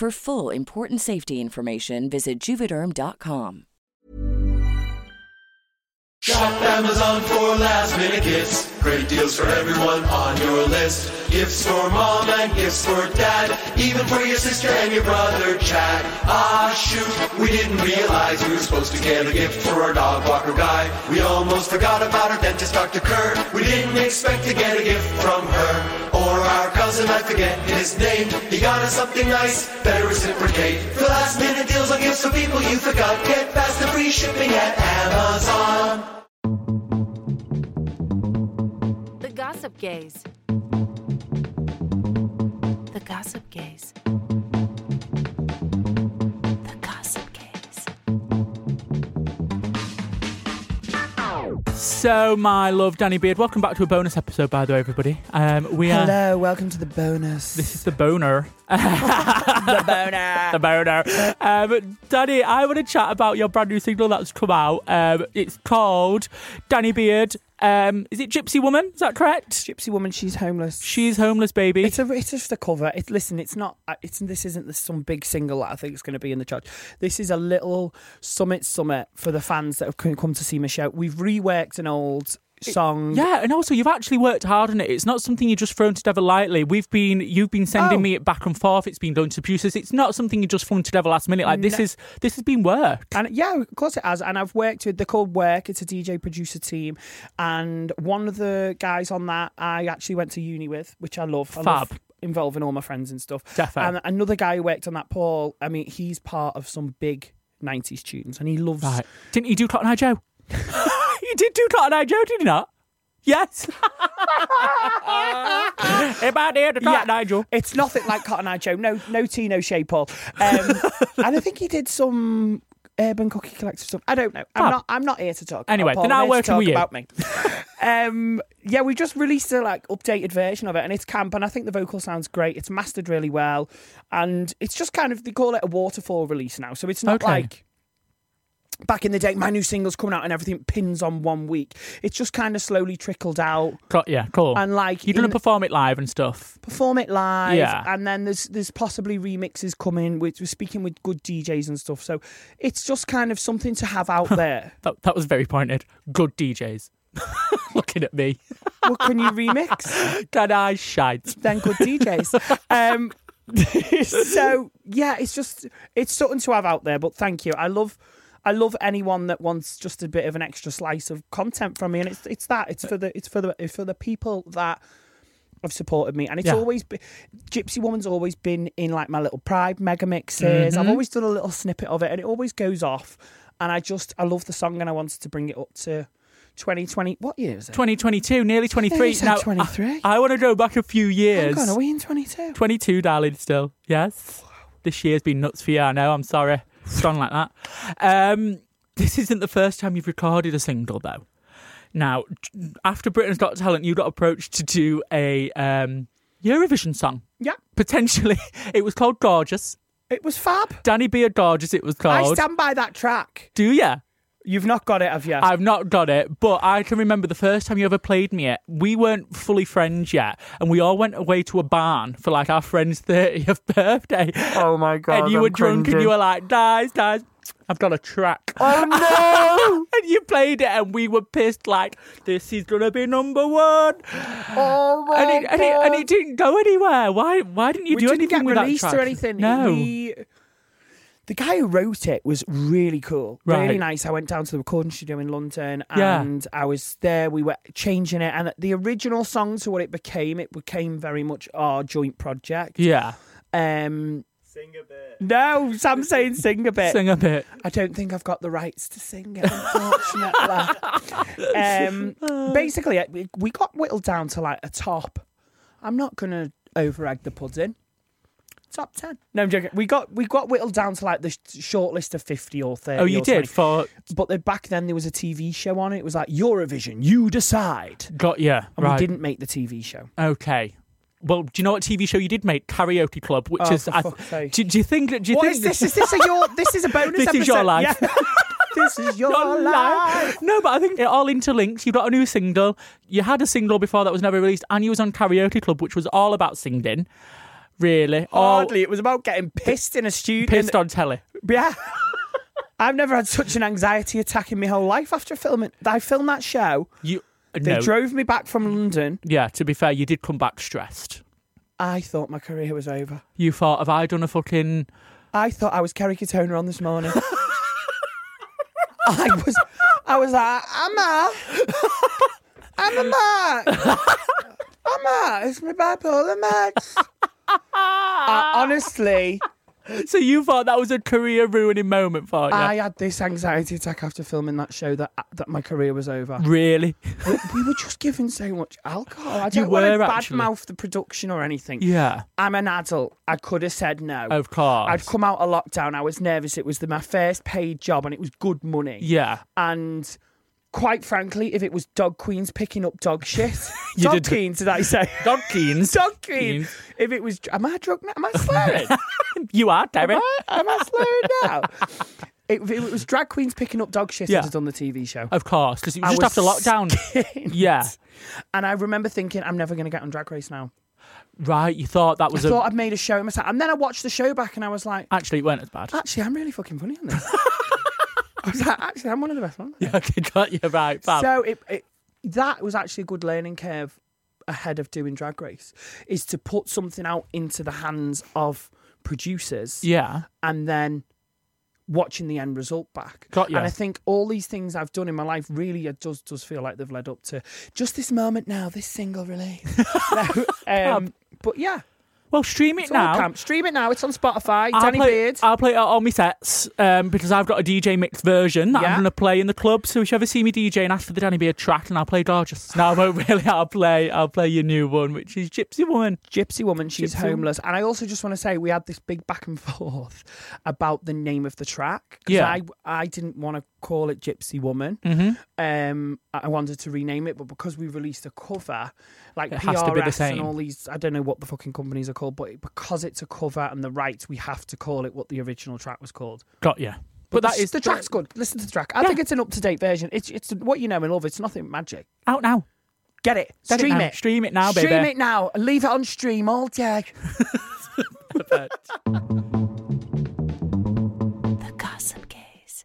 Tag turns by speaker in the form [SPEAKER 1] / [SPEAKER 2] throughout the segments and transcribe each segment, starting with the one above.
[SPEAKER 1] For full important safety information, visit juvederm.com.
[SPEAKER 2] Shop Amazon for last minute gifts. Great deals for everyone on your list. Gifts for mom and gifts for dad. Even for your sister and your brother Chad. Ah shoot, we didn't realize we were supposed to get a gift for our dog walker guy. We almost forgot about our dentist Dr. Kerr. We didn't expect to get a gift from her. Or our cousin, I forget his name. He got us something nice, better reciprocate. For last minute deals on gifts for people you forgot. Get fast and free shipping at Amazon.
[SPEAKER 3] The Gossip Gaze. The Gossip Gaze. The Gossip Gaze.
[SPEAKER 4] So, my love, Danny Beard, welcome back to a bonus episode, by the way, everybody. Um, we are.
[SPEAKER 5] Hello, welcome to the bonus.
[SPEAKER 4] This is the boner.
[SPEAKER 5] the bonus.
[SPEAKER 4] the boner. Um, Danny, I want to chat about your brand new single that's come out. Um, it's called Danny Beard. Um, is it Gypsy Woman? Is that correct?
[SPEAKER 5] Gypsy woman, she's homeless.
[SPEAKER 4] She's homeless, baby.
[SPEAKER 5] It's a it's just a cover. It, listen, it's not. uh, It's this isn't the, some big single that I think is going to be in the chart. This is a little summit summit for the fans that have come come to see my show. We've reworked an old song.
[SPEAKER 4] yeah, and also you've actually worked hard on it. It's not something you've just thrown together lightly. We've been you've been sending
[SPEAKER 5] Oh.
[SPEAKER 4] me it back and forth. It's been going to producers. It's not something you just thrown together last minute. Like this
[SPEAKER 5] No.
[SPEAKER 4] is this has been work.
[SPEAKER 5] And yeah, of course it has. And I've worked with, they're called Work. It's a DJ producer team. And one of the guys on that I actually went to uni with, which I love. I love
[SPEAKER 4] Fab.
[SPEAKER 5] involving all my friends and stuff.
[SPEAKER 4] Defo.
[SPEAKER 5] And another guy who worked on that, Paul, I mean, he's part of some big 90s tunes and he loves.
[SPEAKER 4] Right. Didn't you do Cotton Eye Joe? you did do Cotton Eye Joe, did you not? Yes. Am I there to Cotton Eye Joe?
[SPEAKER 5] It's nothing like Cotton Eye Joe. No, no tea, no shade, Paul. Um, and I think he did some urban cookie collective stuff. I don't know. I'm
[SPEAKER 4] Fab.
[SPEAKER 5] not. I'm not here to talk.
[SPEAKER 4] Anyway,
[SPEAKER 5] about Paul.
[SPEAKER 4] they're now
[SPEAKER 5] I'm here
[SPEAKER 4] working
[SPEAKER 5] to talk
[SPEAKER 4] with you.
[SPEAKER 5] about me. um, yeah, we just released a like updated version of it, and it's camp. And I think the vocal sounds great. It's mastered really well, and it's just kind of they call it a waterfall release now. So it's not
[SPEAKER 4] Okay.
[SPEAKER 5] like back in the day, my new single's coming out and everything pins on one week. It's just kind of slowly trickled out.
[SPEAKER 4] Co- yeah, cool.
[SPEAKER 5] And, like,
[SPEAKER 4] you're gonna
[SPEAKER 5] in-
[SPEAKER 4] perform it live and stuff.
[SPEAKER 5] perform it live
[SPEAKER 4] Yeah.
[SPEAKER 5] and then there's there's possibly remixes coming we're, we're speaking with good djs and stuff so it's just kind of something to have out there
[SPEAKER 4] That, that was very pointed. Good DJs. Looking at me.
[SPEAKER 5] what can you remix
[SPEAKER 4] Can I shite?
[SPEAKER 5] then good djs um so yeah it's just it's something to have out there but thank you i love I love anyone that wants just a bit of an extra slice of content from me, and it's it's that it's for the it's for the it's for the people that have supported me, and it's
[SPEAKER 4] Yeah.
[SPEAKER 5] always be, Gypsy Woman's always been in like my little Pride mega mixes. I've always done a little snippet of it, and it always goes off. And I just I love the song, and I wanted to bring it up to 2020. What year is it?
[SPEAKER 4] 2022, nearly 23.
[SPEAKER 5] Yeah, you said
[SPEAKER 4] now, I-
[SPEAKER 5] 23.
[SPEAKER 4] I, want to go back a few years.
[SPEAKER 5] Hang on, are we in 22?
[SPEAKER 4] 22, darling, still. Yes. This year's been nuts for you, I know. I'm sorry. It's gone like that. Um, this isn't the first time you've recorded a single, though. Now, t- after Britain's Got Talent, you got approached to do a um, Eurovision song.
[SPEAKER 5] Yeah,
[SPEAKER 4] Potentially, it was called Gorgeous.
[SPEAKER 5] it was fab.
[SPEAKER 4] Danny Beer Gorgeous, it was
[SPEAKER 5] I
[SPEAKER 4] called.
[SPEAKER 5] stand by that track.
[SPEAKER 4] do ya?
[SPEAKER 5] You've not got it, have you?
[SPEAKER 4] I've not got it, but I can remember the first time you ever played me it. We weren't fully friends yet, and we all went away to a barn for like our friend's 30th birthday.
[SPEAKER 5] Oh my God,
[SPEAKER 4] And you were
[SPEAKER 5] I'm
[SPEAKER 4] drunk and
[SPEAKER 5] cringing.
[SPEAKER 4] you were like, guys, guys, I've got a track.
[SPEAKER 5] oh
[SPEAKER 4] and you played it, and we were pissed, like, this is going to be number one.
[SPEAKER 5] oh my
[SPEAKER 4] and, it, and, it, and it didn't go anywhere. Why Why didn't you
[SPEAKER 5] we
[SPEAKER 4] do
[SPEAKER 5] didn't
[SPEAKER 4] anything
[SPEAKER 5] get
[SPEAKER 4] with that
[SPEAKER 5] released
[SPEAKER 4] track?
[SPEAKER 5] or anything.
[SPEAKER 4] No.
[SPEAKER 5] We- the guy who wrote it was really cool, really
[SPEAKER 4] Right.
[SPEAKER 5] nice. I went down to the recording studio in London,
[SPEAKER 4] Yeah.
[SPEAKER 5] and I was there. We were changing it, and the original song to what it became, it became very much our joint project.
[SPEAKER 4] yeah.
[SPEAKER 5] Um, sing a bit. No, Sam's saying sing a bit.
[SPEAKER 4] Sing a bit.
[SPEAKER 5] I don't think I've got the rights to sing it, unfortunately. um, basically, uh, we- we got whittled down to like a top. I'm not going to over egg the pudding. Top 10. No, I'm joking. We got, we got whittled down to like the sh- short list of 50 or 30.
[SPEAKER 4] Oh, you
[SPEAKER 5] or
[SPEAKER 4] did
[SPEAKER 5] 20.
[SPEAKER 4] for
[SPEAKER 5] But then back then, there was a TV show on it. It was like Eurovision, you decide.
[SPEAKER 4] got yeah
[SPEAKER 5] And
[SPEAKER 4] right.
[SPEAKER 5] we didn't make the TV show.
[SPEAKER 4] Okay. Well, do you know what TV show you did make? Karaoke Club, which
[SPEAKER 5] Oh,
[SPEAKER 4] is.
[SPEAKER 5] for fuck's sake.
[SPEAKER 4] do, do you think that? Do you
[SPEAKER 5] What
[SPEAKER 4] think
[SPEAKER 5] is this? Is this a your? This is a bonus.
[SPEAKER 4] This is your
[SPEAKER 5] episode.
[SPEAKER 4] life.
[SPEAKER 5] Yeah. this is your,
[SPEAKER 4] Your
[SPEAKER 5] life.
[SPEAKER 4] life. No, but I think it all interlinks. You got a new single. You had a single before that was never released, and you was on Karaoke Club, which was all about singing. Really, all
[SPEAKER 5] Hardly. It was about getting pissed in a studio.
[SPEAKER 4] Oh. pissed on telly.
[SPEAKER 5] Yeah. I've never had such an anxiety attack in my whole life after filming. I filmed that show.
[SPEAKER 4] You
[SPEAKER 5] They
[SPEAKER 4] no.
[SPEAKER 5] drove me back from London.
[SPEAKER 4] yeah. To be fair, you did come back stressed.
[SPEAKER 5] I thought my career was over.
[SPEAKER 4] You thought, have I done a fucking?
[SPEAKER 5] I thought I was Kerry Katona on this morning. I was, I was like, Emma, Emma, Mac, Emma, it's my bipolar Max. I, honestly,
[SPEAKER 4] So you thought that was a career ruining moment for you?
[SPEAKER 5] I had this anxiety attack after filming that show that that my career was over.
[SPEAKER 4] really?
[SPEAKER 5] we, we were just given so much alcohol. I
[SPEAKER 4] You
[SPEAKER 5] don't want to
[SPEAKER 4] were, actually.
[SPEAKER 5] badmouth the production or anything.
[SPEAKER 4] Yeah.
[SPEAKER 5] I'm an adult. I could have said no.
[SPEAKER 4] Of course.
[SPEAKER 5] I'd come out of lockdown. I was nervous. It was the, my first paid job and it was good money.
[SPEAKER 4] Yeah.
[SPEAKER 5] And quite frankly, if it was dog queens picking up dog shit,
[SPEAKER 4] You
[SPEAKER 5] dog
[SPEAKER 4] did-
[SPEAKER 5] queens, did I say?
[SPEAKER 4] Dog Keens.
[SPEAKER 5] dog queens. If it was, am I drunk now? Am I slurring?
[SPEAKER 4] You are, Derek.
[SPEAKER 5] am, I, am I slurring now? It, if it was drag queens picking up dog shit.
[SPEAKER 4] Yeah.
[SPEAKER 5] I'd have done the TV show.
[SPEAKER 4] Of course, because it was
[SPEAKER 5] I
[SPEAKER 4] just after
[SPEAKER 5] was
[SPEAKER 4] lockdown.
[SPEAKER 5] skinned.
[SPEAKER 4] Yeah.
[SPEAKER 5] And I remember thinking, I'm never going to get on Drag Race now.
[SPEAKER 4] Right, you thought that was
[SPEAKER 5] I
[SPEAKER 4] a.
[SPEAKER 5] thought I'd made a show of myself. And then I watched the show back and I was like,
[SPEAKER 4] Actually, it weren't as bad.
[SPEAKER 5] actually, I'm really fucking funny on this. I was like, actually, I'm one of the best ones.
[SPEAKER 4] Okay, got you right, fab.
[SPEAKER 5] So it, it, that was actually a good learning curve ahead of doing Drag Race, is to put something out into the hands of producers
[SPEAKER 4] yeah,
[SPEAKER 5] and then watching the end result back.
[SPEAKER 4] Got ya.
[SPEAKER 5] And I think all these things I've done in my life really it does does feel like they've led up to just this moment now, this single release. No, um, but yeah,
[SPEAKER 4] well, stream it
[SPEAKER 5] it's now.
[SPEAKER 4] now.
[SPEAKER 5] Camp. Stream it now. It's on Spotify.
[SPEAKER 4] I'll
[SPEAKER 5] Danny
[SPEAKER 4] play,
[SPEAKER 5] Beard.
[SPEAKER 4] I'll play it at all my sets um, because I've got a DJ mix version that
[SPEAKER 5] Yeah.
[SPEAKER 4] I'm going to play in the club. So if you ever see me DJ and ask for the Danny Beard track, and I'll play gorgeous. No, I won't really. I'll play. I'll play your new one, which is Gypsy Woman.
[SPEAKER 5] Gypsy woman, she's
[SPEAKER 4] Gypsy Woman.
[SPEAKER 5] homeless. And I also just want to say we had this big back and forth about the name of the track. 'cause
[SPEAKER 4] Yeah. Mm-hmm.
[SPEAKER 5] I, I didn't want to call it Gypsy Woman. Um, I I wanted to rename it, but because we released a cover, like
[SPEAKER 4] It
[SPEAKER 5] PRS
[SPEAKER 4] has to be the
[SPEAKER 5] and
[SPEAKER 4] same.
[SPEAKER 5] all these, I don't know what the fucking companies are called, but because it's a cover and the rights, we have to call it what the original track was called.
[SPEAKER 4] Got you. But, that
[SPEAKER 5] the,
[SPEAKER 4] is
[SPEAKER 5] the track's good. Listen to the track. I think it's an up to date version. It's it's what you know and love. It's nothing magic.
[SPEAKER 4] out now.
[SPEAKER 5] Get it.
[SPEAKER 4] Get it
[SPEAKER 5] stream
[SPEAKER 4] now.
[SPEAKER 5] it.
[SPEAKER 4] Stream it now, baby.
[SPEAKER 5] Stream it now. Leave it on stream all day.
[SPEAKER 3] The Gossip Gaze.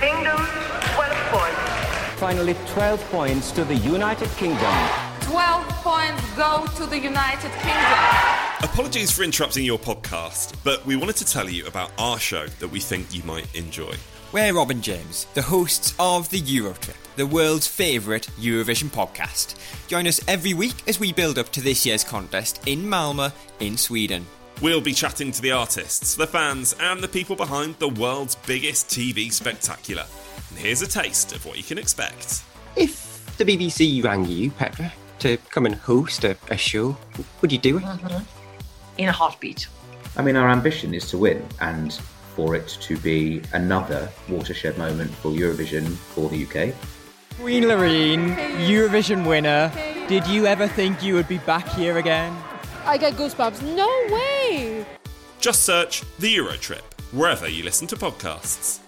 [SPEAKER 6] Kingdom, 12 points.
[SPEAKER 7] Finally, 12 points to the United Kingdom.
[SPEAKER 8] 12 points go to the United Kingdom.
[SPEAKER 9] Apologies for interrupting your podcast, but we wanted to tell you about our show that we think you might enjoy.
[SPEAKER 10] We're Robin James, the hosts of the Eurotrip, the world's favourite Eurovision podcast. Join us every week as we build up to this year's contest in Malmö, in Sweden.
[SPEAKER 9] We'll be chatting to the artists, the fans, and the people behind the world's biggest TV spectacular. And here's a taste of what you can expect.
[SPEAKER 7] If the BBC rang you, Petra, to come and host a, a show, would you do it?
[SPEAKER 8] In a heartbeat.
[SPEAKER 11] I mean, our ambition is to win and for it to be another watershed moment for Eurovision for the UK.
[SPEAKER 12] Queen Loreen, Eurovision winner. Did you ever think you would be back here again?
[SPEAKER 13] I get goosebumps. No way!
[SPEAKER 9] Just search The Eurotrip wherever you listen to podcasts.